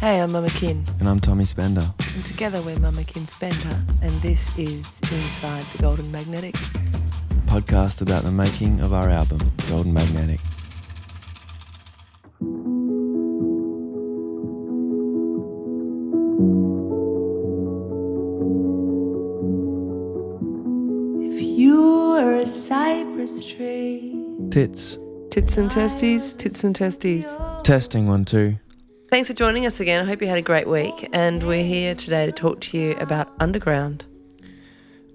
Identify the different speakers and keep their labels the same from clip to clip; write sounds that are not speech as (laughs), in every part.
Speaker 1: Hey, I'm Mama Kin,
Speaker 2: And I'm Tommy Spender.
Speaker 1: and together we're Mama Kin Spender, and this is Inside the Golden Magnetic.
Speaker 2: a podcast about the making of our album, Golden Magnetic.
Speaker 3: If you were a cypress tree,
Speaker 2: Tits.
Speaker 1: Tits and testes, tits and testes.
Speaker 2: Testing one, two.
Speaker 1: Thanks for joining us again. I hope you had a great week, and we're here today to talk to you about Underground,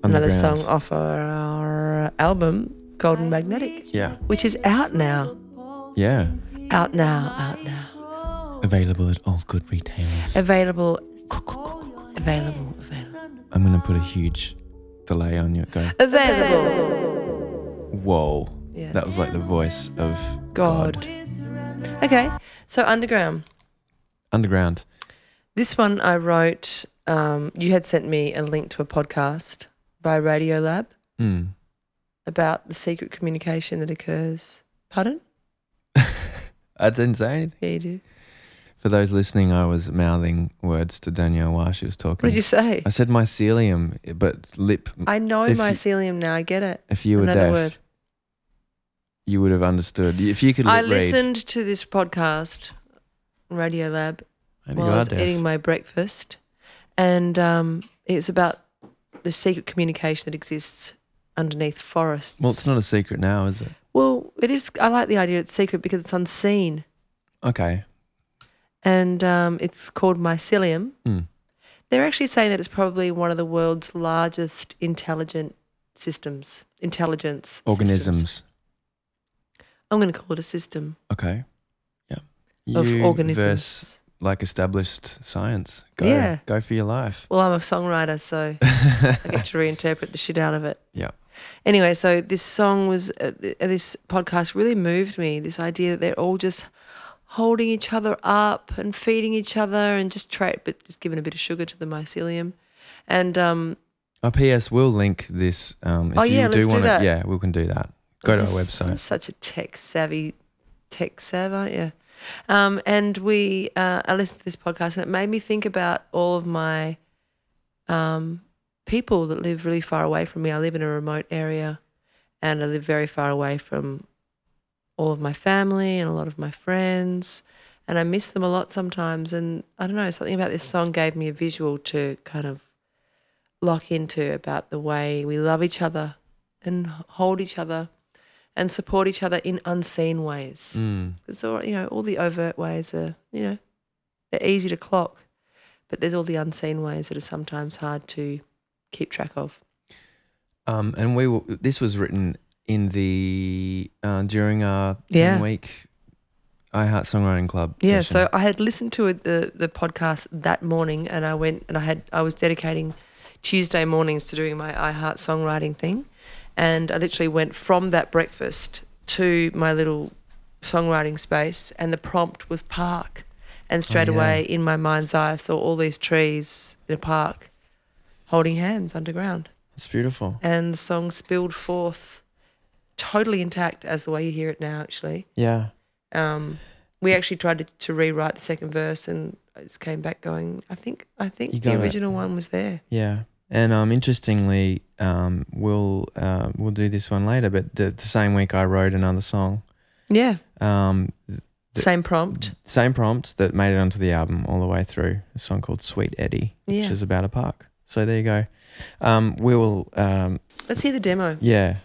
Speaker 1: another
Speaker 2: Underground.
Speaker 1: song off our album Golden Magnetic,
Speaker 2: Yeah.
Speaker 1: which is out now,
Speaker 2: Yeah.
Speaker 1: out now, out now,
Speaker 2: Available at all good retailers.
Speaker 1: available, available, available,
Speaker 2: I'm going to put a huge delay on you. Go,
Speaker 1: available.
Speaker 2: whoa.
Speaker 1: Yeah.
Speaker 2: That was like the voice of
Speaker 1: God. Okay, so Underground.
Speaker 2: Underground.
Speaker 1: This one I wrote. Um, you had sent me a link to a podcast by Radiolab
Speaker 2: Hmm. (laughs)
Speaker 1: about the secret communication that occurs. Pardon?
Speaker 2: I didn't say anything.
Speaker 1: Yeah, you did.
Speaker 2: For those listening, I was mouthing words to Danielle while she was talking.
Speaker 1: What did you say?
Speaker 2: I said mycelium, but lip.
Speaker 1: I know
Speaker 2: if you-
Speaker 1: mycelium now. I get it.
Speaker 2: If you were
Speaker 1: Another
Speaker 2: deaf,
Speaker 1: word.
Speaker 2: you would have understood. If you could lip
Speaker 1: I
Speaker 2: read.
Speaker 1: listened to this podcast, Radiolab,
Speaker 2: Maybe
Speaker 1: while
Speaker 2: you
Speaker 1: I
Speaker 2: are
Speaker 1: was
Speaker 2: deaf.
Speaker 1: eating my breakfast, and um, it's about the secret communication that exists underneath forests.
Speaker 2: Well, it's not a secret now, is it?
Speaker 1: well, it is. I like the idea. It's secret because it's unseen.
Speaker 2: Okay.
Speaker 1: and um, it's called mycelium.
Speaker 2: Mm.
Speaker 1: They're actually saying that it's probably one of the world's largest intelligent systems, intelligence
Speaker 2: Organisms.
Speaker 1: systems. I'm going to call it a system
Speaker 2: Okay. Yeah.
Speaker 1: of
Speaker 2: You verse,
Speaker 1: organisms.
Speaker 2: like established science. Go.
Speaker 1: Yeah.
Speaker 2: Go for your life.
Speaker 1: Well, I'm a songwriter, so I get to reinterpret the shit out of it.
Speaker 2: Yeah.
Speaker 1: Anyway, so this song was, uh, th- this podcast really moved me. This idea that they're all just holding each other up and feeding each other and just trait, but just giving a bit of sugar to the mycelium. And um,
Speaker 2: Our PS will link this. Um, if
Speaker 1: Oh,
Speaker 2: you
Speaker 1: yeah,
Speaker 2: do
Speaker 1: let's do
Speaker 2: want
Speaker 1: that.
Speaker 2: to, yeah, we can do that. Go to our
Speaker 1: You're s-
Speaker 2: website.
Speaker 1: Such a tech savvy, tech savvy, aren't you? Um, and we, uh, I listened to this podcast, and it made me think about all of my um, people that live really far away from me. I live in a remote area, and I live very far away from all of my family and a lot of my friends. And I miss them a lot sometimes. And I don't know, something about this song gave me a visual to kind of lock into about the way we love each other and hold each other and support each other in unseen ways.
Speaker 2: Mm.
Speaker 1: It's all you know, all the overt ways are you know, they're easy to clock, but there's all the unseen ways that are sometimes hard to keep track of.
Speaker 2: Um, and we will, this was written in the uh, during our
Speaker 1: Yeah.
Speaker 2: ten week iHeart Songwriting Club.
Speaker 1: Yeah,
Speaker 2: session.
Speaker 1: so I had listened to it- the the podcast that morning, and I went and I had I was dedicating Tuesday mornings to doing my iHeart songwriting thing, and I literally went from that breakfast to my little songwriting space, and the prompt was park, and straight
Speaker 2: Oh, yeah.
Speaker 1: away in my mind's eye I saw all these trees in a park, holding hands underground,
Speaker 2: it's beautiful.
Speaker 1: and the song spilled forth, totally intact as the way you hear it now, actually
Speaker 2: Yeah.
Speaker 1: um, we actually tried to, to rewrite the second verse and it just came back going i think i
Speaker 2: You
Speaker 1: think
Speaker 2: got
Speaker 1: the
Speaker 2: it.
Speaker 1: original one was there
Speaker 2: Yeah, and um, interestingly, um, we'll uh, we'll do this one later. But the, the same week, I wrote another song.
Speaker 1: yeah
Speaker 2: Um, th- The-
Speaker 1: same prompt
Speaker 2: same prompts that made it onto the album all the way through. A song called "Sweet Eddie,"
Speaker 1: Yeah.
Speaker 2: which is about a park. So there you go. Um, we will. Um,
Speaker 1: let's hear the demo
Speaker 2: yeah,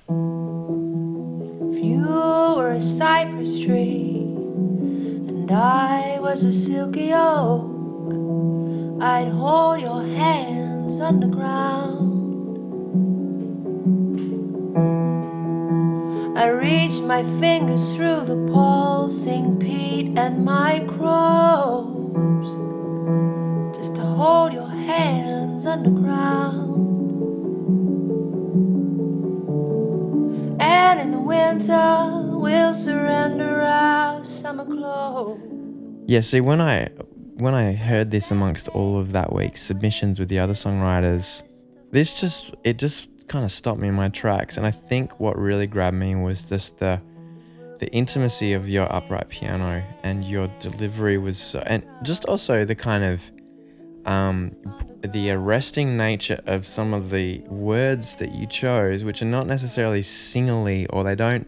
Speaker 3: if you were a cypress tree, and I was a silky oak, I'd hold your hands underground. I reached my fingers through the pulsing peat and microbes, just to hold your hands underground. And in the winter, we'll surrender our summer clothes.
Speaker 2: yeah. See, when I when I heard this amongst all of that week's submissions with the other songwriters, this just it just kind of stopped me in my tracks. And I think what really grabbed me was just the the intimacy of your upright piano and your delivery was so, and just also the kind of um, the arresting nature of some of the words that you chose, which are not necessarily singly or they don't,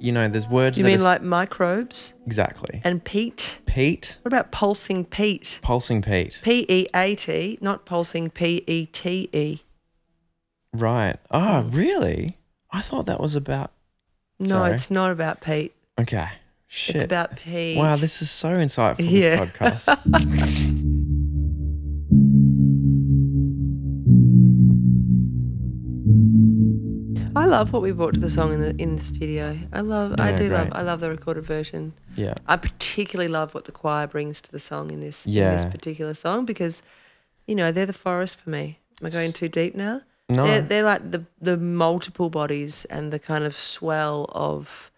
Speaker 2: you know, there's words
Speaker 1: You
Speaker 2: that
Speaker 1: mean
Speaker 2: are s-
Speaker 1: like microbes
Speaker 2: exactly
Speaker 1: and Pete?
Speaker 2: Pete,
Speaker 1: What about pulsing Pete?
Speaker 2: pulsing Pete,
Speaker 1: P E A T, not pulsing P E T E.
Speaker 2: right? Oh,
Speaker 1: Mm.
Speaker 2: really? I thought that was about
Speaker 1: No,
Speaker 2: Sorry.
Speaker 1: it's not about Pete.
Speaker 2: okay. Shit.
Speaker 1: It's about Pete.
Speaker 2: Wow, this is so insightful.
Speaker 1: Yeah. (laughs)
Speaker 2: This podcast.
Speaker 1: I love what we brought to the song in the in the studio. I love. I
Speaker 2: Yeah,
Speaker 1: do love.
Speaker 2: great.
Speaker 1: I love the recorded version.
Speaker 2: yeah.
Speaker 1: I particularly love what the choir brings to the song in this in
Speaker 2: Yeah.
Speaker 1: this particular song because, you know, they're the forest for me. Am I going
Speaker 2: S-
Speaker 1: too deep now?
Speaker 2: No.
Speaker 1: They're, they're like the the multiple bodies and the kind of swell of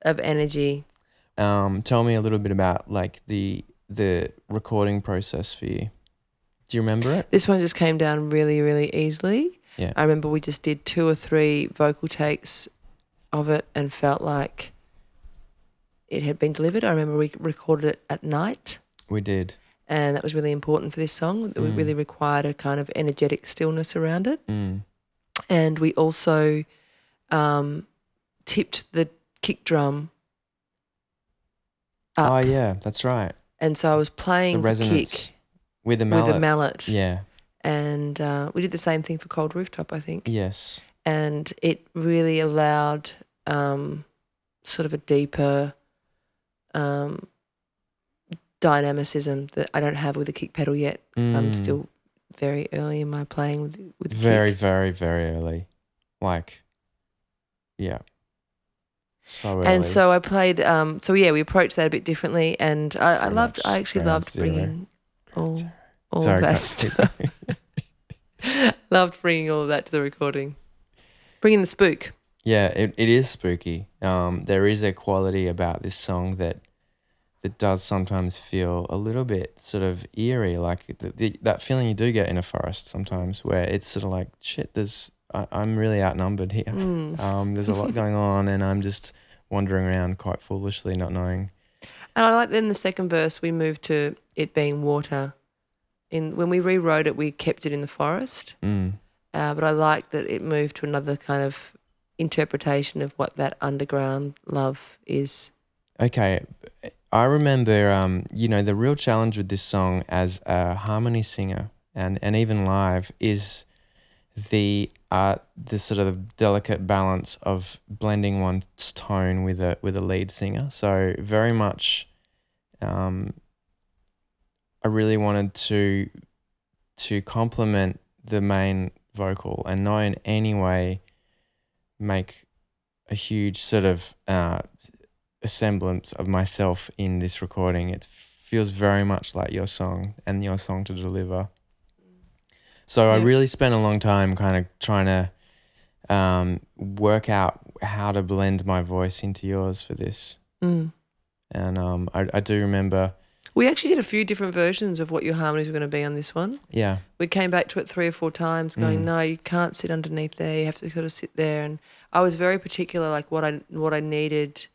Speaker 1: of energy.
Speaker 2: um, tell me a little bit about like the the recording process for you. Do you remember it?
Speaker 1: This one just came down really, really easily.
Speaker 2: Yeah.
Speaker 1: I remember we just did two or three vocal takes of it and felt like it had been delivered. I remember we recorded it at night.
Speaker 2: We did.
Speaker 1: and that was really important for this song. That we
Speaker 2: Mm.
Speaker 1: really required a kind of energetic stillness around it,
Speaker 2: Mm.
Speaker 1: and we also um, tipped the kick drum up,
Speaker 2: Oh yeah, that's right.
Speaker 1: and so I was
Speaker 2: The
Speaker 1: playing the,
Speaker 2: resonance
Speaker 1: kick
Speaker 2: with the mallet.
Speaker 1: with a mallet,
Speaker 2: Yeah.
Speaker 1: and uh, we did the same thing for Cold Rooftop, I think,
Speaker 2: Yes.
Speaker 1: and it really allowed um, sort of a deeper. Um, dynamicism that I don't have with the kick pedal yet 'cause I'm
Speaker 2: Mm.
Speaker 1: still very early in my playing with with
Speaker 2: Very,
Speaker 1: kick.
Speaker 2: very, very early. Like. Yeah. So early.
Speaker 1: And so I played. Um, so yeah, we approached that a bit differently, and I, I
Speaker 2: Very
Speaker 1: loved.
Speaker 2: much
Speaker 1: I actually
Speaker 2: ground
Speaker 1: loved
Speaker 2: zero.
Speaker 1: bringing all
Speaker 2: zero.
Speaker 1: all
Speaker 2: Sorry,
Speaker 1: (laughs) of that
Speaker 2: guys.
Speaker 1: stuff. (laughs) loved bringing all of that to the recording, bringing the spook.
Speaker 2: Yeah, it, it is spooky. Um, there is a quality about this song that that does sometimes feel a little bit sort of eerie, like the, the, that feeling you do get in a forest sometimes, where it's sort of like shit. There's I, I'm really outnumbered here.
Speaker 1: Mm.
Speaker 2: Um, there's a lot going on, and I'm just wandering around quite foolishly, not knowing.
Speaker 1: And I like then the second verse we moved to it being water. In when we rewrote it, we kept it in the forest,
Speaker 2: Mm,
Speaker 1: uh, but I liked that it moved to another kind of interpretation of what that underground love is.
Speaker 2: Okay, I remember, um, you know, the real challenge with this song as a harmony singer and, and even live is the uh, the sort of delicate balance of blending one's tone with a with a lead singer. So very much, um, I really wanted to to complement the main vocal and not in any way make a huge sort of uh, a semblance of myself in this recording. It feels very much like your song and your song to deliver. So I
Speaker 1: Yeah.
Speaker 2: really spent a long time kind of trying to um, work out how to blend my voice into yours for this.
Speaker 1: Mm.
Speaker 2: And um, I, I do remember,
Speaker 1: We actually did a few different versions of what your harmonies were going to be on this one.
Speaker 2: yeah,
Speaker 1: We came back to it three or four times, going,
Speaker 2: Mm.
Speaker 1: "No, you can't sit underneath there. You have to sort of sit there." And I was very particular, like what I what I needed,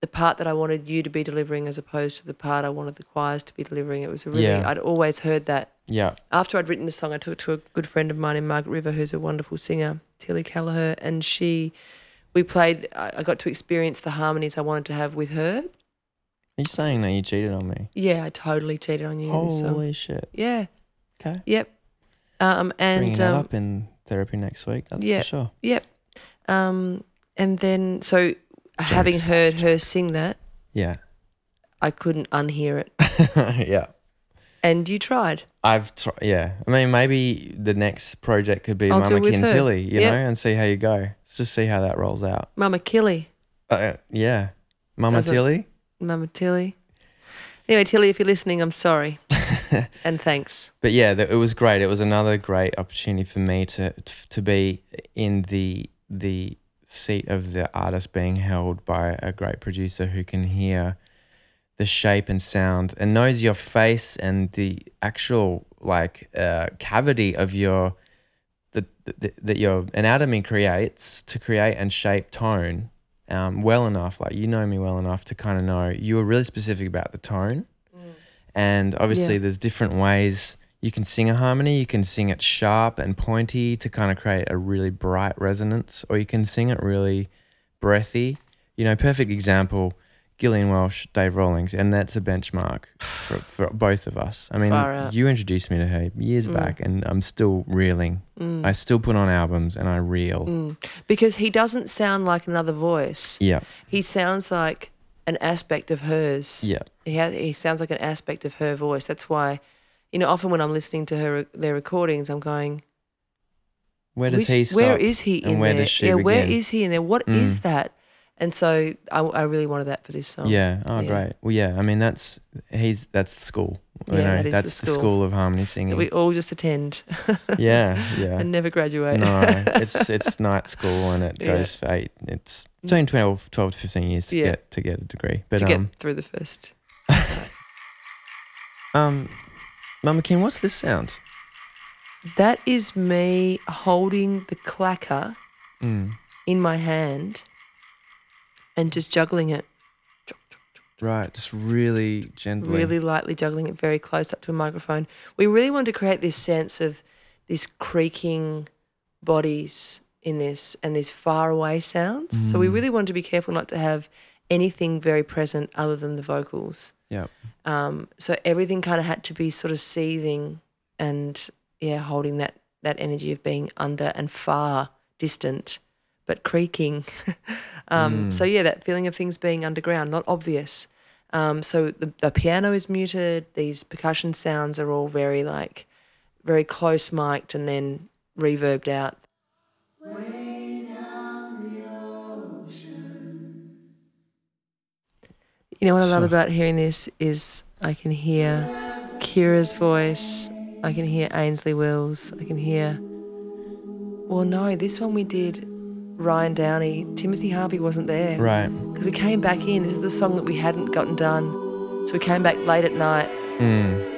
Speaker 1: the part that I wanted you to be delivering, as opposed to the part I wanted the choirs to be delivering. It was a really
Speaker 2: Yeah.
Speaker 1: I'd always heard that.
Speaker 2: yeah,
Speaker 1: After I'd written the song, I took it to a good friend of mine in Margaret River, who's a wonderful singer, Tilly Callagher, and she, we played. I I got to experience the harmonies I wanted to have with her.
Speaker 2: Are you saying that you cheated on me?
Speaker 1: Yeah, I totally cheated on you. in this song.
Speaker 2: Holy shit.
Speaker 1: Yeah.
Speaker 2: Okay.
Speaker 1: Yep. Um,
Speaker 2: Bringing
Speaker 1: and
Speaker 2: that
Speaker 1: um,
Speaker 2: up in therapy next week, that's
Speaker 1: yeah.
Speaker 2: for sure.
Speaker 1: um, and then so having
Speaker 2: Jokes,
Speaker 1: heard
Speaker 2: guys,
Speaker 1: her sing that,
Speaker 2: Yeah.
Speaker 1: I couldn't unhear it.
Speaker 2: (laughs) yeah.
Speaker 1: And you tried.
Speaker 2: I've tr- yeah. I mean, maybe the next project could be
Speaker 1: I'll do
Speaker 2: Mama
Speaker 1: it with her.
Speaker 2: Tilly, you
Speaker 1: Yeah.
Speaker 2: know, and see how you go. Let's just see how that rolls out.
Speaker 1: Mama Killy,
Speaker 2: Uh, yeah, Mama
Speaker 1: Doesn't-
Speaker 2: Tilly.
Speaker 1: Mama Tilly. Anyway, Tilly, if you're listening, I'm
Speaker 2: (laughs)
Speaker 1: sorry. and thanks.
Speaker 2: But yeah, th- it was great. It was another great opportunity for me to to be in the the seat of the artist being held by a great producer who can hear the shape and sound and knows your face and the actual like uh, cavity of your that that- that your anatomy creates to create and shape tone um, well enough, like you know me well enough to kind of know you were really specific about the tone. And
Speaker 1: Mm.
Speaker 2: obviously,
Speaker 1: Yeah.
Speaker 2: there's different ways you can sing a harmony. You can sing it sharp and pointy to kind of create a really bright resonance, or you can sing it really breathy. You know, perfect example Gillian Welsh, Dave Rawlings, and that's a
Speaker 1: (sighs)
Speaker 2: benchmark for, for both of us. I mean,
Speaker 1: Far out. Mm.
Speaker 2: you introduced me to her years back, and I'm still reeling. I still put on albums and I reel.
Speaker 1: Mm. because he doesn't sound like another voice.
Speaker 2: Yeah,
Speaker 1: He sounds like an aspect of hers.
Speaker 2: yeah,
Speaker 1: He ha he sounds like an aspect of her voice. That's why, you know, often when I'm listening to her uh, their recordings, I'm going,
Speaker 2: Where does
Speaker 1: Which-
Speaker 2: he stop?
Speaker 1: Where is he in
Speaker 2: and where
Speaker 1: there?
Speaker 2: does she
Speaker 1: yeah, where
Speaker 2: begin? Mm.
Speaker 1: is he in there? What is that? And so I, I really wanted that for this song.
Speaker 2: Yeah. Oh,
Speaker 1: Yeah.
Speaker 2: great. Well, yeah. I mean, that's he's that's the school. you
Speaker 1: Yeah,
Speaker 2: know,
Speaker 1: that is the
Speaker 2: that's the
Speaker 1: school.
Speaker 2: school of harmony
Speaker 1: That
Speaker 2: singing.
Speaker 1: we all just attend
Speaker 2: (laughs)
Speaker 1: (laughs)
Speaker 2: yeah, yeah.
Speaker 1: and never graduate. (laughs)
Speaker 2: no, it's it's night school and it
Speaker 1: Yeah. Mm.
Speaker 2: goes for eight. It's between 12, 12 to fifteen years to
Speaker 1: Yeah.
Speaker 2: get to get a degree. But
Speaker 1: to get
Speaker 2: um,
Speaker 1: through the first.
Speaker 2: um, Mama Ken, what's this sound?
Speaker 1: That is me holding the clacker
Speaker 2: Mm.
Speaker 1: in my hand and just juggling it,
Speaker 2: Right, just really gently.
Speaker 1: really lightly juggling it very close up to a microphone. We really wanted to create this sense of these creaking bodies in this and these far away sounds. So we really wanted to be careful not to have anything very present other than the vocals.
Speaker 2: Yeah.
Speaker 1: Um, so everything kind of had to be sort of seething and yeah, holding that that energy of being under and far distant, but creaking. (laughs) um, So yeah, that feeling of things being underground, not obvious. Um, so the, the piano is muted. These percussion sounds are all very like very close mic'd and then reverbed out. You know what I love about hearing this is I can hear Kira's voice, I can hear Ainsley Wills, I can hear. Well, no, this one we did Ryan Downey. Timothy Harvey wasn't there
Speaker 2: Right.
Speaker 1: because we came back in. This is the song that we hadn't gotten done, so we came back late at night.
Speaker 2: Hmm.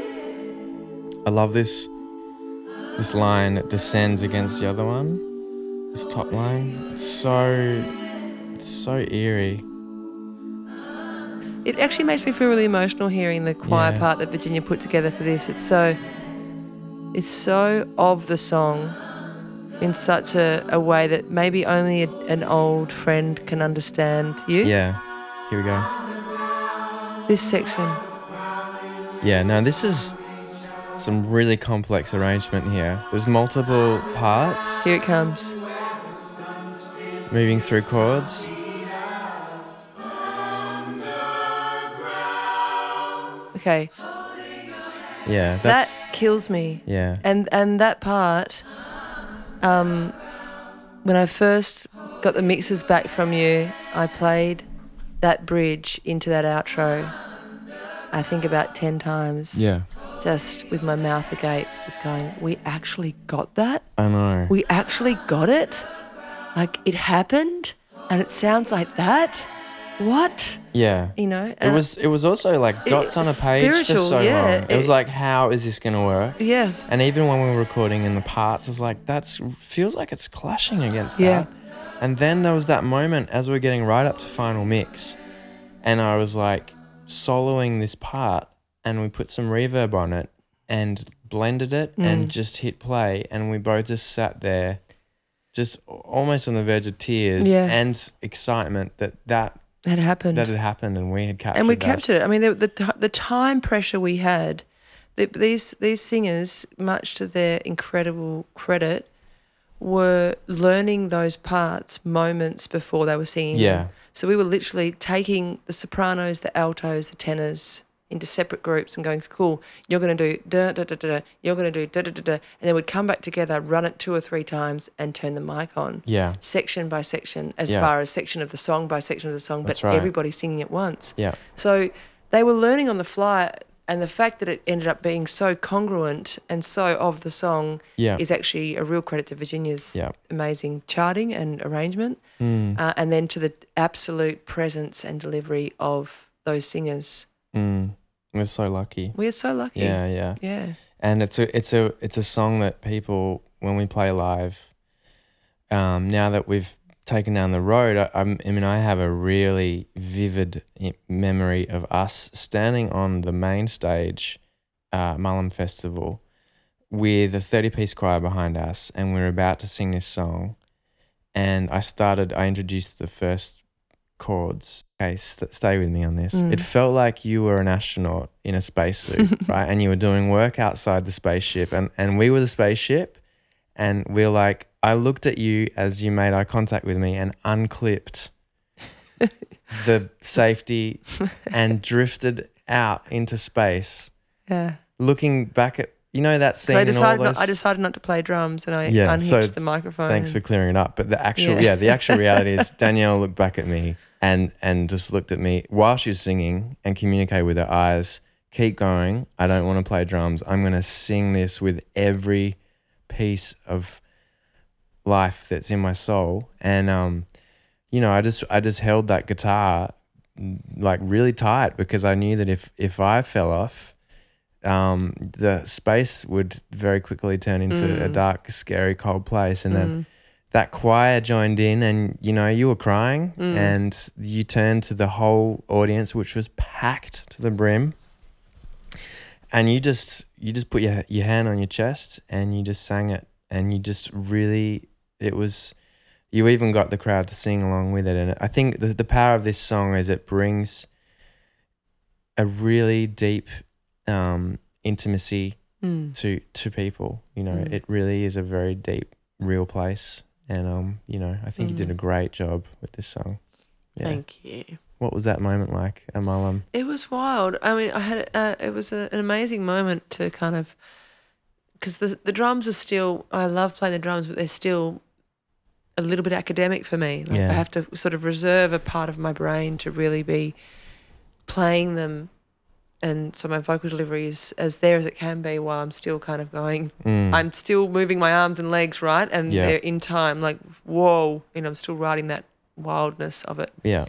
Speaker 2: I love this this line that descends against the other one. This top line. It's so it's so eerie.
Speaker 1: It actually makes me feel really emotional hearing the choir
Speaker 2: Yeah.
Speaker 1: part that Virginia put together for this. It's so, it's so of the song, in such a, a way that maybe only a, an old friend can understand. You,
Speaker 2: Yeah. Here we go.
Speaker 1: this section,
Speaker 2: Yeah, no, this is some really complex arrangement here. There's multiple parts
Speaker 1: here it comes.
Speaker 2: moving through chords.
Speaker 1: Okay,
Speaker 2: Yeah, that's
Speaker 1: that kills me.
Speaker 2: yeah,
Speaker 1: And and that part, um, when I first got the mixes back from you, I played that bridge into that outro. I think about ten times,
Speaker 2: yeah.
Speaker 1: just with my mouth agape, just going, "We actually got that.
Speaker 2: I know.
Speaker 1: We actually got it. Like it happened, and it sounds like that. What
Speaker 2: yeah,
Speaker 1: you know?"
Speaker 2: it
Speaker 1: and-
Speaker 2: was. It was also like dots on a page for
Speaker 1: Uh, spiritual,
Speaker 2: so
Speaker 1: yeah,
Speaker 2: long. It, was
Speaker 1: it-
Speaker 2: like, how is this gonna work?
Speaker 1: yeah.
Speaker 2: And even when we were recording in the parts, it's like that's feels like it's clashing against
Speaker 1: Yeah.
Speaker 2: that. And then there was that moment as we were getting right up to final mix, and I was like soloing this part, and we put some reverb on it and blended it
Speaker 1: Mm.
Speaker 2: and just hit play, and we both just sat there, just almost on the verge of tears
Speaker 1: Yeah.
Speaker 2: and excitement that that
Speaker 1: That happened.
Speaker 2: that had happened and we had captured
Speaker 1: and we
Speaker 2: that.
Speaker 1: captured it. I mean, the, the ti- the time pressure we had. The, these these singers, much to their incredible credit, were learning those parts moments before they were singing. them.
Speaker 2: Yeah.
Speaker 1: So we were literally taking the sopranos, the altos, the tenors into separate groups and going, "Cool, you're going to do da da da da, da, you're going to do da da da da," and then we'd come back together, run it two or three times, and turn the mic on
Speaker 2: Yeah,
Speaker 1: section by section, as
Speaker 2: Yeah.
Speaker 1: far as section of the song by section of the song,
Speaker 2: That's
Speaker 1: but
Speaker 2: right.
Speaker 1: everybody singing at once.
Speaker 2: yeah,
Speaker 1: So they were learning on the fly, and the fact that it ended up being so congruent and so of the song
Speaker 2: Yeah.
Speaker 1: is actually a real credit to Virginia's
Speaker 2: Yeah. Mm.
Speaker 1: amazing charting and arrangement, uh, and then to the absolute presence and delivery of those singers.
Speaker 2: mm, we're so lucky.
Speaker 1: We are so lucky.
Speaker 2: Yeah, yeah.
Speaker 1: Yeah.
Speaker 2: and it's a it's a it's a song that people when we play live um now that we've taken down the road, I, I'm- I mean, I have a really vivid i- memory of us standing on the main stage, uh, Mullum Festival, with a 30 piece choir behind us, and we were about to sing this song. And I started, I introduced the first chords. Okay, st- stay with me on this.
Speaker 1: Mm.
Speaker 2: It felt like you were an astronaut in a
Speaker 1: (laughs)
Speaker 2: spacesuit, right? And you were doing work outside the spaceship, and, and we were the spaceship and we're like, I looked at you as you made eye contact with me and
Speaker 1: (laughs)
Speaker 2: unclipped the safety and drifted out into space.
Speaker 1: Yeah.
Speaker 2: Looking back at you know that scene
Speaker 1: So I
Speaker 2: in all
Speaker 1: decided
Speaker 2: those.
Speaker 1: not, I decided not to play drums and I
Speaker 2: Yeah,
Speaker 1: unhitched
Speaker 2: so
Speaker 1: the microphone.
Speaker 2: Thanks for
Speaker 1: and-
Speaker 2: clearing it up. But the actual
Speaker 1: Yeah.
Speaker 2: yeah, the actual reality is Danielle looked back at me and and just looked at me while she was singing and communicated with her eyes. Keep going. I don't want to play drums. I'm gonna sing this with every piece of life that's in my soul. And um, you know, I just I just held that guitar mm, like really tight because I knew that if if I fell off, um, the space would very quickly turn into a dark, scary, cold place, and then that choir joined in, and you know you were crying, and you turned to the whole audience, which was packed to the brim, and you just you just put your your hand on your chest and you just sang it, and you just really it was you even got the crowd to sing along with it. And I think the, the power of this song is it brings a really deep um, intimacy
Speaker 1: Mm.
Speaker 2: to to people. You know,
Speaker 1: Mm.
Speaker 2: it really is a very deep, real place. And um, you know, I think you did
Speaker 1: Mm.
Speaker 2: a great job with this song. Yeah.
Speaker 1: Thank you.
Speaker 2: What was that moment like, Um, Amalam?
Speaker 1: It was wild. I mean, I had uh, it was a, an amazing moment to kind of because the the drums are still. I love playing the drums, but they're still a little bit academic for me. Like
Speaker 2: Yeah.
Speaker 1: I have to sort of reserve a part of my brain to really be playing them, and so my vocal delivery is as there as it can be while I'm still kind of going.
Speaker 2: Mm.
Speaker 1: I'm still moving my arms and legs right, and
Speaker 2: Yeah.
Speaker 1: they're in time. Like whoa, you know, I'm still riding that wildness of it.
Speaker 2: yeah.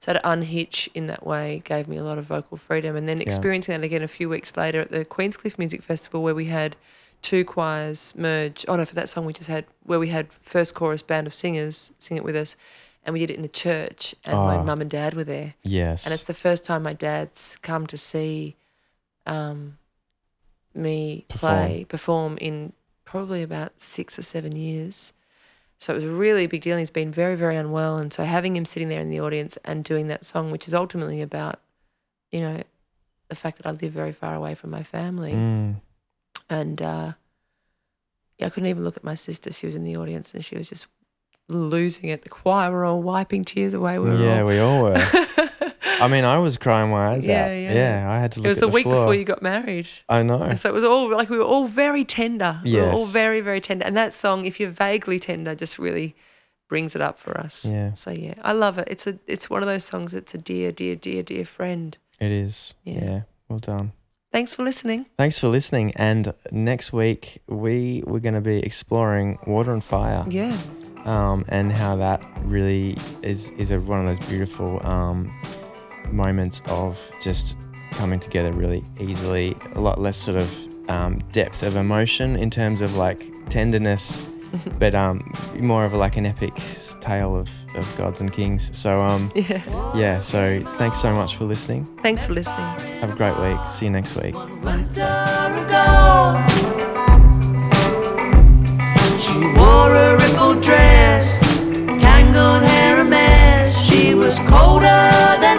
Speaker 1: So to unhitch in that way gave me a lot of vocal freedom. And then experiencing that again a few weeks later at the Queenscliff Music Festival, where we had two choirs merge. Oh no, for that song we just had where we had first chorus band of singers sing it with us, and we did it in a church. And my
Speaker 2: Ah.
Speaker 1: mum and dad were there,
Speaker 2: Yes.
Speaker 1: and it's the first time my dad's come to see um, me play perform in probably about six or seven years. So it was a really big deal. And he's been very, very unwell. And so having him sitting there in the audience and doing that song, which is ultimately about, you know, the fact that I live very far away from my family.
Speaker 2: Mm.
Speaker 1: And uh, yeah, I couldn't even look at my sister. She was in the audience and she was just losing it. The choir were all wiping tears away. We were
Speaker 2: yeah,
Speaker 1: all.
Speaker 2: we
Speaker 1: (laughs)
Speaker 2: all were. I mean, I was crying my eyes
Speaker 1: Yeah,
Speaker 2: out.
Speaker 1: yeah.
Speaker 2: Yeah. I had to look
Speaker 1: it was
Speaker 2: at
Speaker 1: the, week
Speaker 2: floor.
Speaker 1: before you got married.
Speaker 2: I know.
Speaker 1: And so it was all like we were all very tender. We were all
Speaker 2: Yes.
Speaker 1: very, very tender. And that song, if you're vaguely tender, just really brings it up for us.
Speaker 2: Yeah.
Speaker 1: So yeah, I love it. It's a it's one of those songs that's a dear, dear, dear, dear friend.
Speaker 2: It is.
Speaker 1: Yeah.
Speaker 2: yeah. Well done.
Speaker 1: Thanks for listening.
Speaker 2: Thanks for listening. And next week, we we're going to be exploring water and fire
Speaker 1: Yeah.
Speaker 2: um, and how that really is, is a, one of those beautiful um, moments of just coming together really easily. A lot less sort of um, depth of emotion in terms of like tenderness, but um, more of like an epic s- tale of, of gods and kings. So, um,
Speaker 1: Yeah.
Speaker 2: yeah, so thanks so much for listening.
Speaker 1: Thanks for listening.
Speaker 2: Have a great week. See you next week.
Speaker 3: winter ago. She wore a rippled dress, tangled hair and mesh. She was colder than.